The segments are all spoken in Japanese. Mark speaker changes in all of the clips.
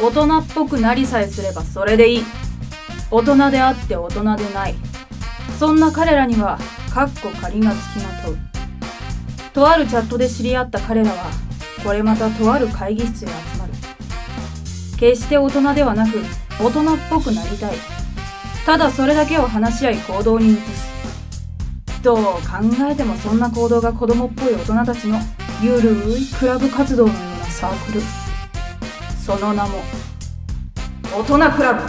Speaker 1: 大人っぽくなりさえすればそれでいい大人であって大人でないそんな彼らにはかっこ仮がつきまとうとあるチャットで知り合った彼らはこれまたとある会議室へ集まる決して大人ではなく大人っぽくなりたいただそれだけを話し合い行動に移すどう考えてもそんな行動が子供っぽい大人たちのゆるいクラブ活動のようなサークルその名も大人クラブ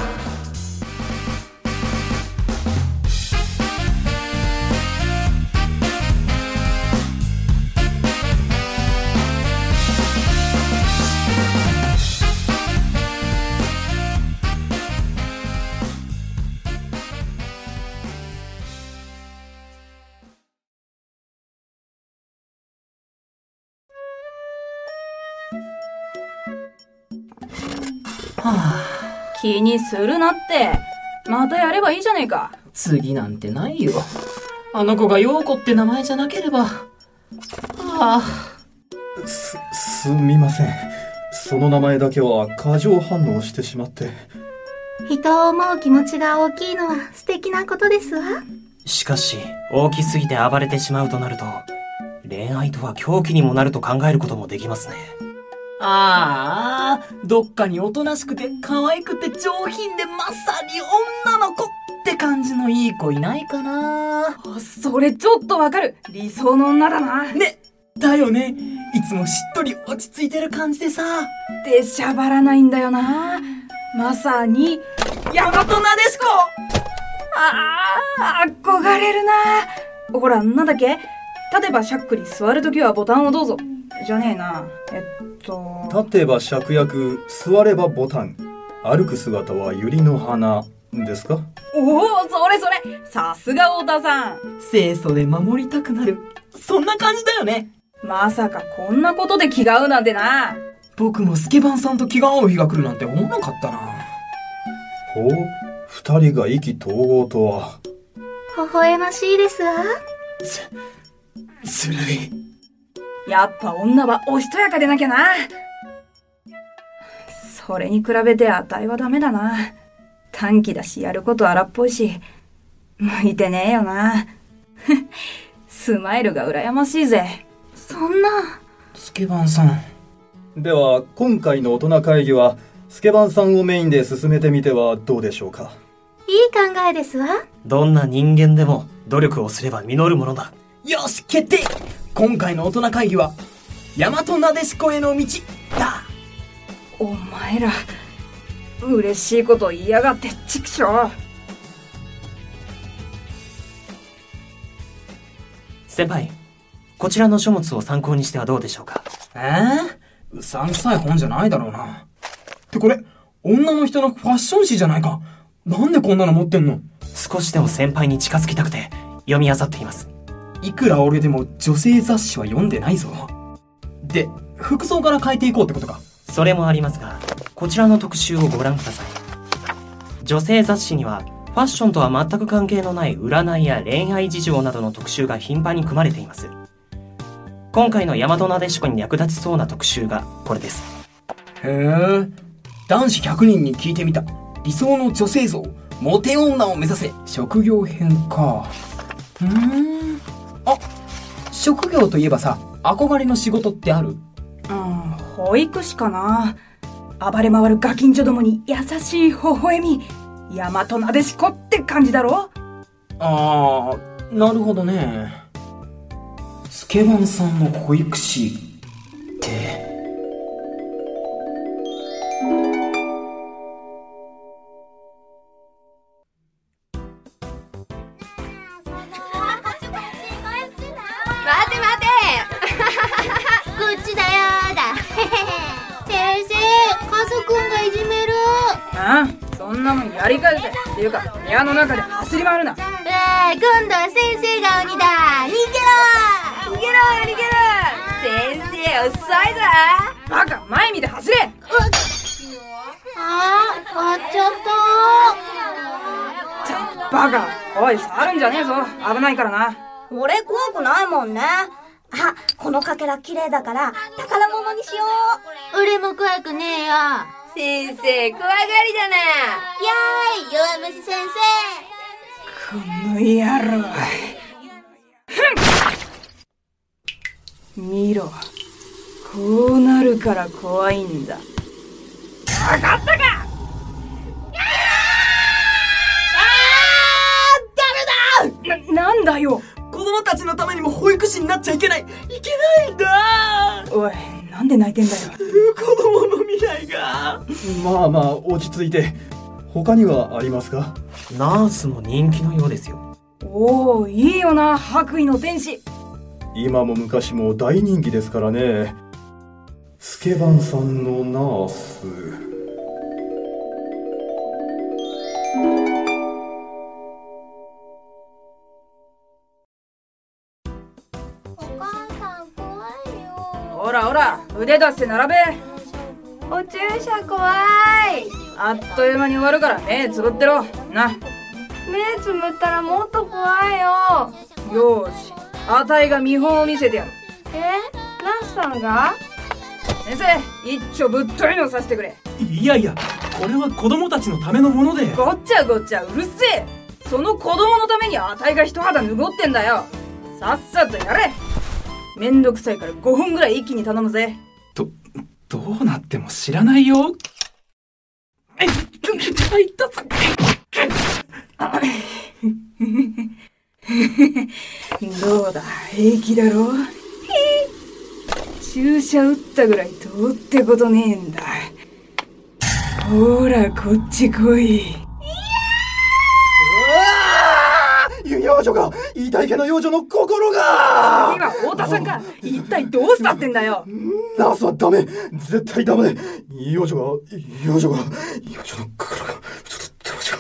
Speaker 2: はあ、
Speaker 1: 気にするなってまたやればいいじゃねえか
Speaker 2: 次なんてないよ。あの子が陽子って名前じゃなければ。はあ、
Speaker 3: す、すみません。その名前だけは過剰反応してしまって。
Speaker 4: 人を思う気持ちが大きいのは素敵なことですわ。
Speaker 5: しかし、大きすぎて暴れてしまうとなると、恋愛とは狂気にもなると考えることもできますね。
Speaker 2: ああ、どっかにおとなしくて可愛くて上品でまさに女の子って感じのいい子いないかな。
Speaker 1: それちょっとわかる理想の女だな
Speaker 2: ね、だよね。いつもしっとり落ち着いてる感じでさ。
Speaker 1: でしゃばらないんだよなまさに大和なでしこあー憧れるなほらなんだっけ立てばしゃっくり座るときはボタンをどうぞじゃねえなえっと
Speaker 3: 立てば芍薬、座ればボタン。歩く姿は百合の花ですか
Speaker 1: おおそれそれさすが太田さん
Speaker 2: 清楚で守りたくなる。そんな感じだよね。
Speaker 1: まさかこんなことで気が合うなんてな
Speaker 2: 僕もスケバンさんと気が合う日が来るなんて思わなかったな。
Speaker 3: ほう、二人が意気投合とは。
Speaker 4: 微笑ましいですわ。
Speaker 2: ずるい。
Speaker 1: やっぱ女はおしとやかでなきゃな。それに比べて値はダメだな。短期だしやること荒っぽいし、向いてねえよな。 スマイルが羨ましいぜ。
Speaker 4: そんな、
Speaker 2: スケバンさん。
Speaker 3: では、今回の大人会議は、スケバンさんをメインで進めてみてはどうでしょうか。
Speaker 4: いい考えですわ。
Speaker 5: どんな人間でも努力をすれば実るものだ。
Speaker 2: よし、決定今回の大人会議は、大和なでしこへの道だ
Speaker 1: お前ら、嬉しいこと言いやがって、ちくしょう。
Speaker 5: 先輩、こちらの書物を参考にしてはどうでしょうか
Speaker 2: えー、うさんくさい本じゃないだろうな。ってこれ、女の人のファッション誌じゃないか。なんでこんなの持ってんの
Speaker 5: 少しでも先輩に近づきたくて読み漁っています。
Speaker 2: いくら俺でも女性雑誌は読んでないぞ。で、服装から変えていこうってことか。
Speaker 5: それもありますが、こちらの特集をご覧ください。女性雑誌には、ファッションとは全く関係のない占いや恋愛事情などの特集が頻繁に組まれています。今回の大和なでしこに役立ちそうな特集がこれです。
Speaker 2: へえ。男子100人に聞いてみた。理想の女性像、モテ女を目指せ、職業編か。うーん。あ、職業といえばさ、憧れの仕事ってある
Speaker 1: うん、保育士かな。暴れ回るガキンチョどもに優しい微笑み。大和なでしこって感じだろ
Speaker 2: ああ、なるほどね。スケバンさんの保育士って。
Speaker 6: 待て 待て
Speaker 4: こっちだよーだ。 先生、カズくんがいじめる。
Speaker 1: あんそんなもんやり返せ。っていうか、部屋の中で走り回るな。
Speaker 4: うわー、今度は先生が鬼だ。逃げろー。逃げろー、逃げろ
Speaker 6: 先生遅いぞ
Speaker 1: バカ前見て走れ
Speaker 4: あー、割っちゃった
Speaker 1: バカおい触るんじゃねえぞ危ないからな
Speaker 6: 俺怖くないもんねあこのかけら綺麗だから宝物にしよ
Speaker 4: ー。俺も怖くねえよ。
Speaker 6: う先生怖がりだな
Speaker 4: ーい弱虫先生
Speaker 1: の野郎ふん見ろこうなるから怖いんだ分かったかななんだよ
Speaker 2: 子供たちのためにも保育士になっちゃいけないいけないんだ
Speaker 1: おいなんで泣いてんだよ
Speaker 2: 子供の未来が
Speaker 3: まあまあ落ち着いて他にはありますか
Speaker 5: ナースも人気のようですよ
Speaker 1: おおいいよな白衣の天使
Speaker 3: 今も昔も大人気ですからねスケバンさんのナース
Speaker 4: お母さん怖いよ
Speaker 1: ほらほら腕出して並べ
Speaker 6: お注射怖い
Speaker 1: あっという間に終わるから目つぶってろな
Speaker 6: 目つむったらもっと怖いよ
Speaker 1: よーしあたいが見本を見せてやる
Speaker 6: えナースさんが
Speaker 1: 先生一丁ぶっといのさせてくれ
Speaker 7: いやいやこれは子供たちのためのもので
Speaker 1: ごっちゃごっちゃうるせえその子供のためにあたいが一肌脱ってんだよさっさとやれめんどくさいから5分ぐらい一気に頼むぜ
Speaker 7: どうなっても知らないよえっあいたさ
Speaker 1: どうだ平気だろ注射打ったぐらいどうってことねえんだほらこっち来い
Speaker 3: 幼女が言いたいけの幼女の心が
Speaker 1: 今太田さんが一体どうしたってんだよ
Speaker 3: ナースはダメ絶対ダメ幼女が幼女が幼女の心がちょっとどうしよ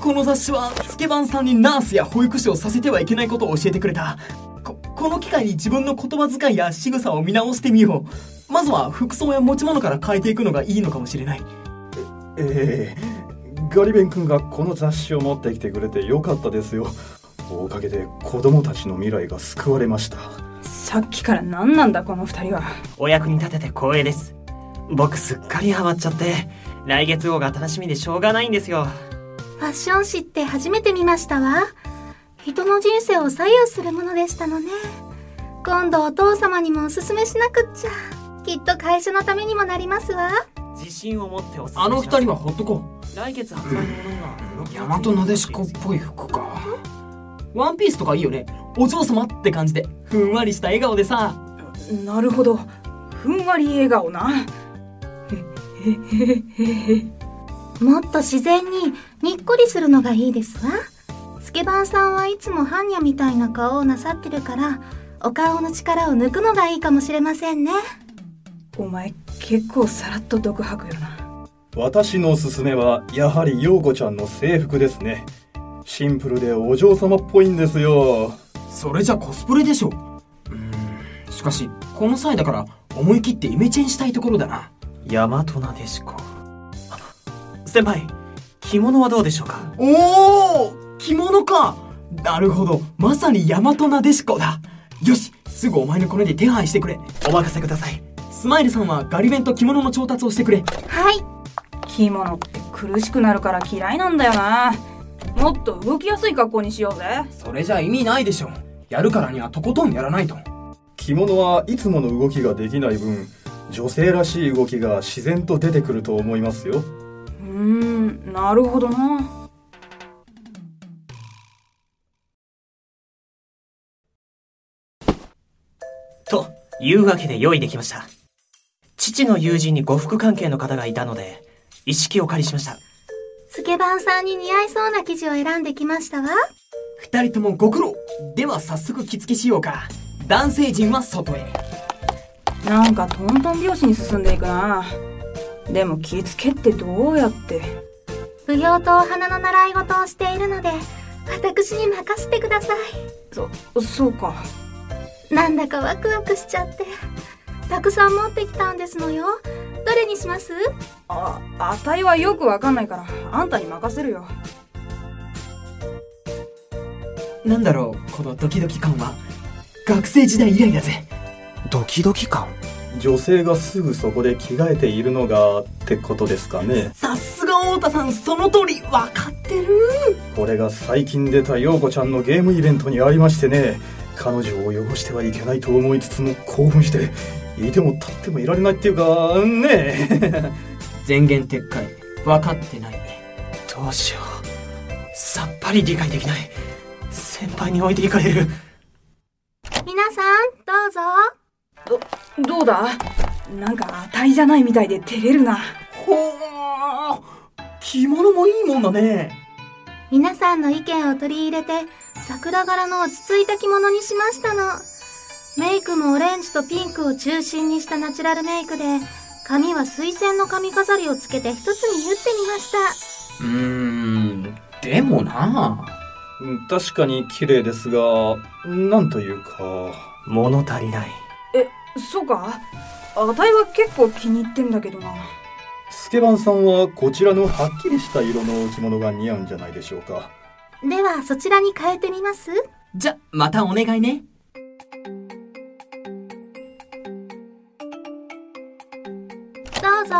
Speaker 2: この雑誌はスケバンさんにナースや保育士をさせてはいけないことを教えてくれたここの機会に自分の言葉遣いや仕草を見直してみようまずは服装や持ち物から変えていくのがいいのかもしれないう
Speaker 3: ええガリベン君がこの雑誌を持ってきてくれてよかったですよおかげで子供たちの未来が救われました
Speaker 1: さっきから何なんだこの二人は
Speaker 5: お役に立てて光栄です僕すっかりハマっちゃって来月号が楽しみでしょうがないんですよ
Speaker 4: ファッション誌って初めて見ましたわ人の人生を左右するものでしたのね今度お父様にもおすすめしなくっちゃきっと会社のためにもなりますわ
Speaker 5: 自信を持っておすすめ
Speaker 2: あの二人は
Speaker 5: し
Speaker 2: ほっとこ
Speaker 5: ます来月発売のものには
Speaker 2: う大和なでしこっぽい服かワンピースとかいいよねお嬢様って感じでふんわりした笑顔でさ
Speaker 1: なるほどふんわり笑顔な
Speaker 4: もっと自然ににっこりするのがいいですわスケバンさんはいつも般若みたいな顔をなさってるからお顔の力を抜くのがいいかもしれませんね
Speaker 1: お前結構さらっと毒吐くよな
Speaker 3: 私のおすすめはやはり陽子ちゃんの制服ですねシンプルでお嬢様っぽいんですよ
Speaker 2: それじゃコスプレでしょうーんしかしこの際だから思い切ってイメチェンしたいところだな
Speaker 5: 大和なでしこ先輩着物はどうでしょうか
Speaker 2: おお着物かなるほどまさに大和なでしこだよしすぐお前のこれで手配してくれ
Speaker 5: お任せください
Speaker 2: スマイルさんはガリ弁と着物の調達をしてくれ
Speaker 4: はい
Speaker 1: 着物って苦しくなるから嫌いなんだよなもっと動きやすい格好にしようぜ
Speaker 2: それじゃ意味ないでしょやるからにはとことんやらないと
Speaker 3: 着物はいつもの動きができない分女性らしい動きが自然と出てくると思いますよ
Speaker 1: うーんなるほどな
Speaker 5: というわけで用意できました父の友人に呉服関係の方がいたので意識をお借りしました
Speaker 4: スケバンさんに似合いそうな生地を選んできましたわ
Speaker 2: 二人ともご苦労では早速着付けしようか男性陣は外へ
Speaker 1: なんかトントン拍子に進んでいくなでも着付けってどうやって
Speaker 4: 舞踊とお花の習い事をしているので私に任せてくださ
Speaker 1: そそうか
Speaker 4: いなんだかワクワクしちゃってたくさん持ってきたんですのよどれにします
Speaker 1: ああたいはよくわかんないからあんたに任せるよ
Speaker 2: なんだろうこのドキドキ感は学生時代以来だぜ
Speaker 5: ドキドキ感
Speaker 3: 女性がすぐそこで着替えているのがってことですかね
Speaker 8: さすが太田さんその通り分かってる
Speaker 3: これが最近出た陽子ちゃんのゲームイベントにありましてね彼女を汚してはいけないと思いつつも興奮していても立ってもいられないっていうかねえ
Speaker 2: 前言撤回分かってない
Speaker 5: どうしようさっぱり理解できない先輩に置いていかれる
Speaker 4: 皆さんどうぞ
Speaker 1: どうだなんか値じゃないみたいで照れるな。
Speaker 2: ほー着物もいいもんだね
Speaker 4: 皆さんの意見を取り入れて桜柄の落ち着いた着物にしましたのメイクもオレンジとピンクを中心にしたナチュラルメイクで髪は水仙の髪飾りをつけて一つに縫ってみました
Speaker 2: うーんでもな
Speaker 3: うん確かに綺麗ですがなんというか
Speaker 5: 物足りない
Speaker 1: そうかあたいは結構気に入ってんだけどな。
Speaker 3: スケバンさんはこちらのはっきりした色の着物が似合うんじゃないでしょうか
Speaker 4: ではそちらに変えてみます
Speaker 2: じゃまたお願いね
Speaker 4: どうぞ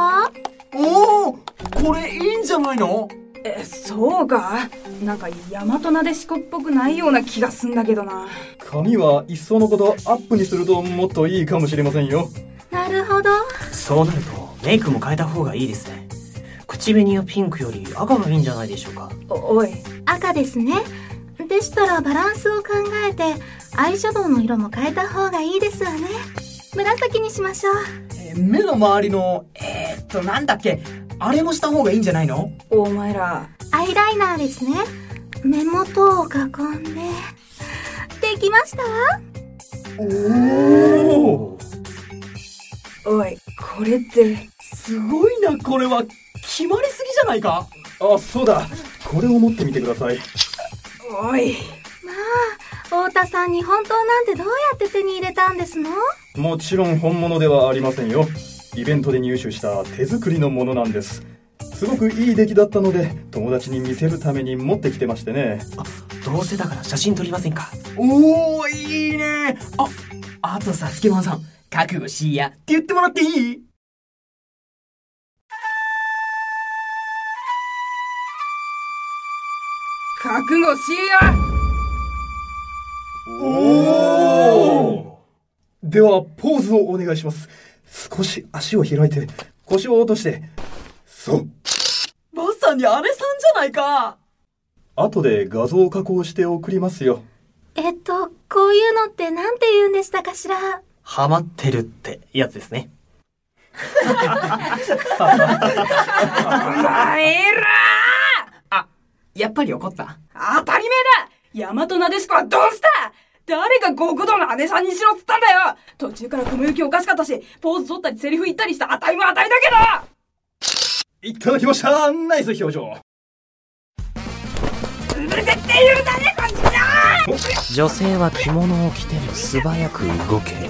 Speaker 8: おおこれいいんじゃないの
Speaker 1: え、そうかなんか大和なでしこっぽくないような気がすんだけどな。
Speaker 3: 髪は一層のことアップにするともっといいかもしれませんよ
Speaker 4: なるほど
Speaker 5: そうなるとメイクも変えた方がいいですね口紅はピンクより赤がいいんじゃないでしょうか
Speaker 1: お、おい。
Speaker 4: 赤ですねでしたらバランスを考えてアイシャドウの色も変えた方がいいですわね紫にしましょう
Speaker 2: えー目の周りのえー、っとなんだっけあれもした方がいいんじゃないの
Speaker 1: お前ら、
Speaker 4: アイライナーですね目元を囲んでできましたわ
Speaker 2: おお
Speaker 1: おい、これって、
Speaker 2: すごいなこれは決まりすぎじゃないか
Speaker 3: あそうだこれを持ってみてください
Speaker 1: おい。
Speaker 4: 太田さんに本当なんてどうやって手に入れたんですの
Speaker 3: もちろん本物ではありませんよイベントで入手した手作りのものなんですすごくいい出来だったので友達に見せるために持ってきてましてね
Speaker 5: どうせだから写真撮りませんか
Speaker 2: おおいいねああとさスケバンさん覚悟しいやって言ってもらっていい
Speaker 1: 覚悟しいや
Speaker 3: ではポーズをお願いします少し足を開いて腰を落としてそう
Speaker 2: まさにあれさんじゃないか
Speaker 3: 後で画像を加工して送りますよ
Speaker 4: えっとこういうのって何て言うんでしたかしら
Speaker 5: ハマってるってやつですね
Speaker 1: お前ら
Speaker 2: やっぱり怒った
Speaker 1: 当たり前だ大和なでしこはどうした誰が極道の姉さんにしろっつったんだよ途中から雲行きおかしかったし、ポーズ取ったりセリフ言ったりしたあたいもあたいだけど
Speaker 3: いただきましたナイス表情
Speaker 5: 女性は着物を着ても素早く動ける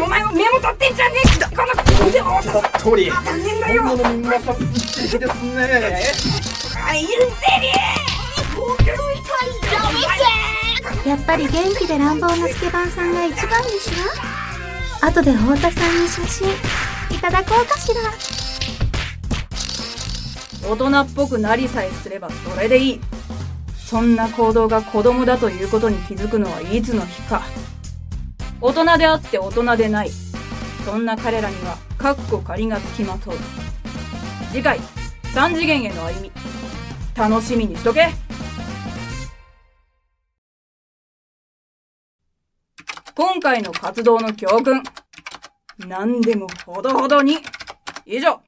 Speaker 1: お前もメモ取ってんじゃねえこの腕も
Speaker 3: たっとり
Speaker 1: 当たんねえんだよ
Speaker 3: 物にまさに一撃ですね
Speaker 1: あいるぜり
Speaker 4: やっぱり元気で乱暴なスケバンさんが一番ですわ後で太田さんに写真いただこうかしら
Speaker 1: 大人っぽくなりさえすればそれでいいそんな行動が子供だということに気づくのはいつの日か大人であって大人でないそんな彼らにはかっこ仮がつきまとう次回3次元への歩み楽しみにしとけ今回の活動の教訓何でもほどほどに以上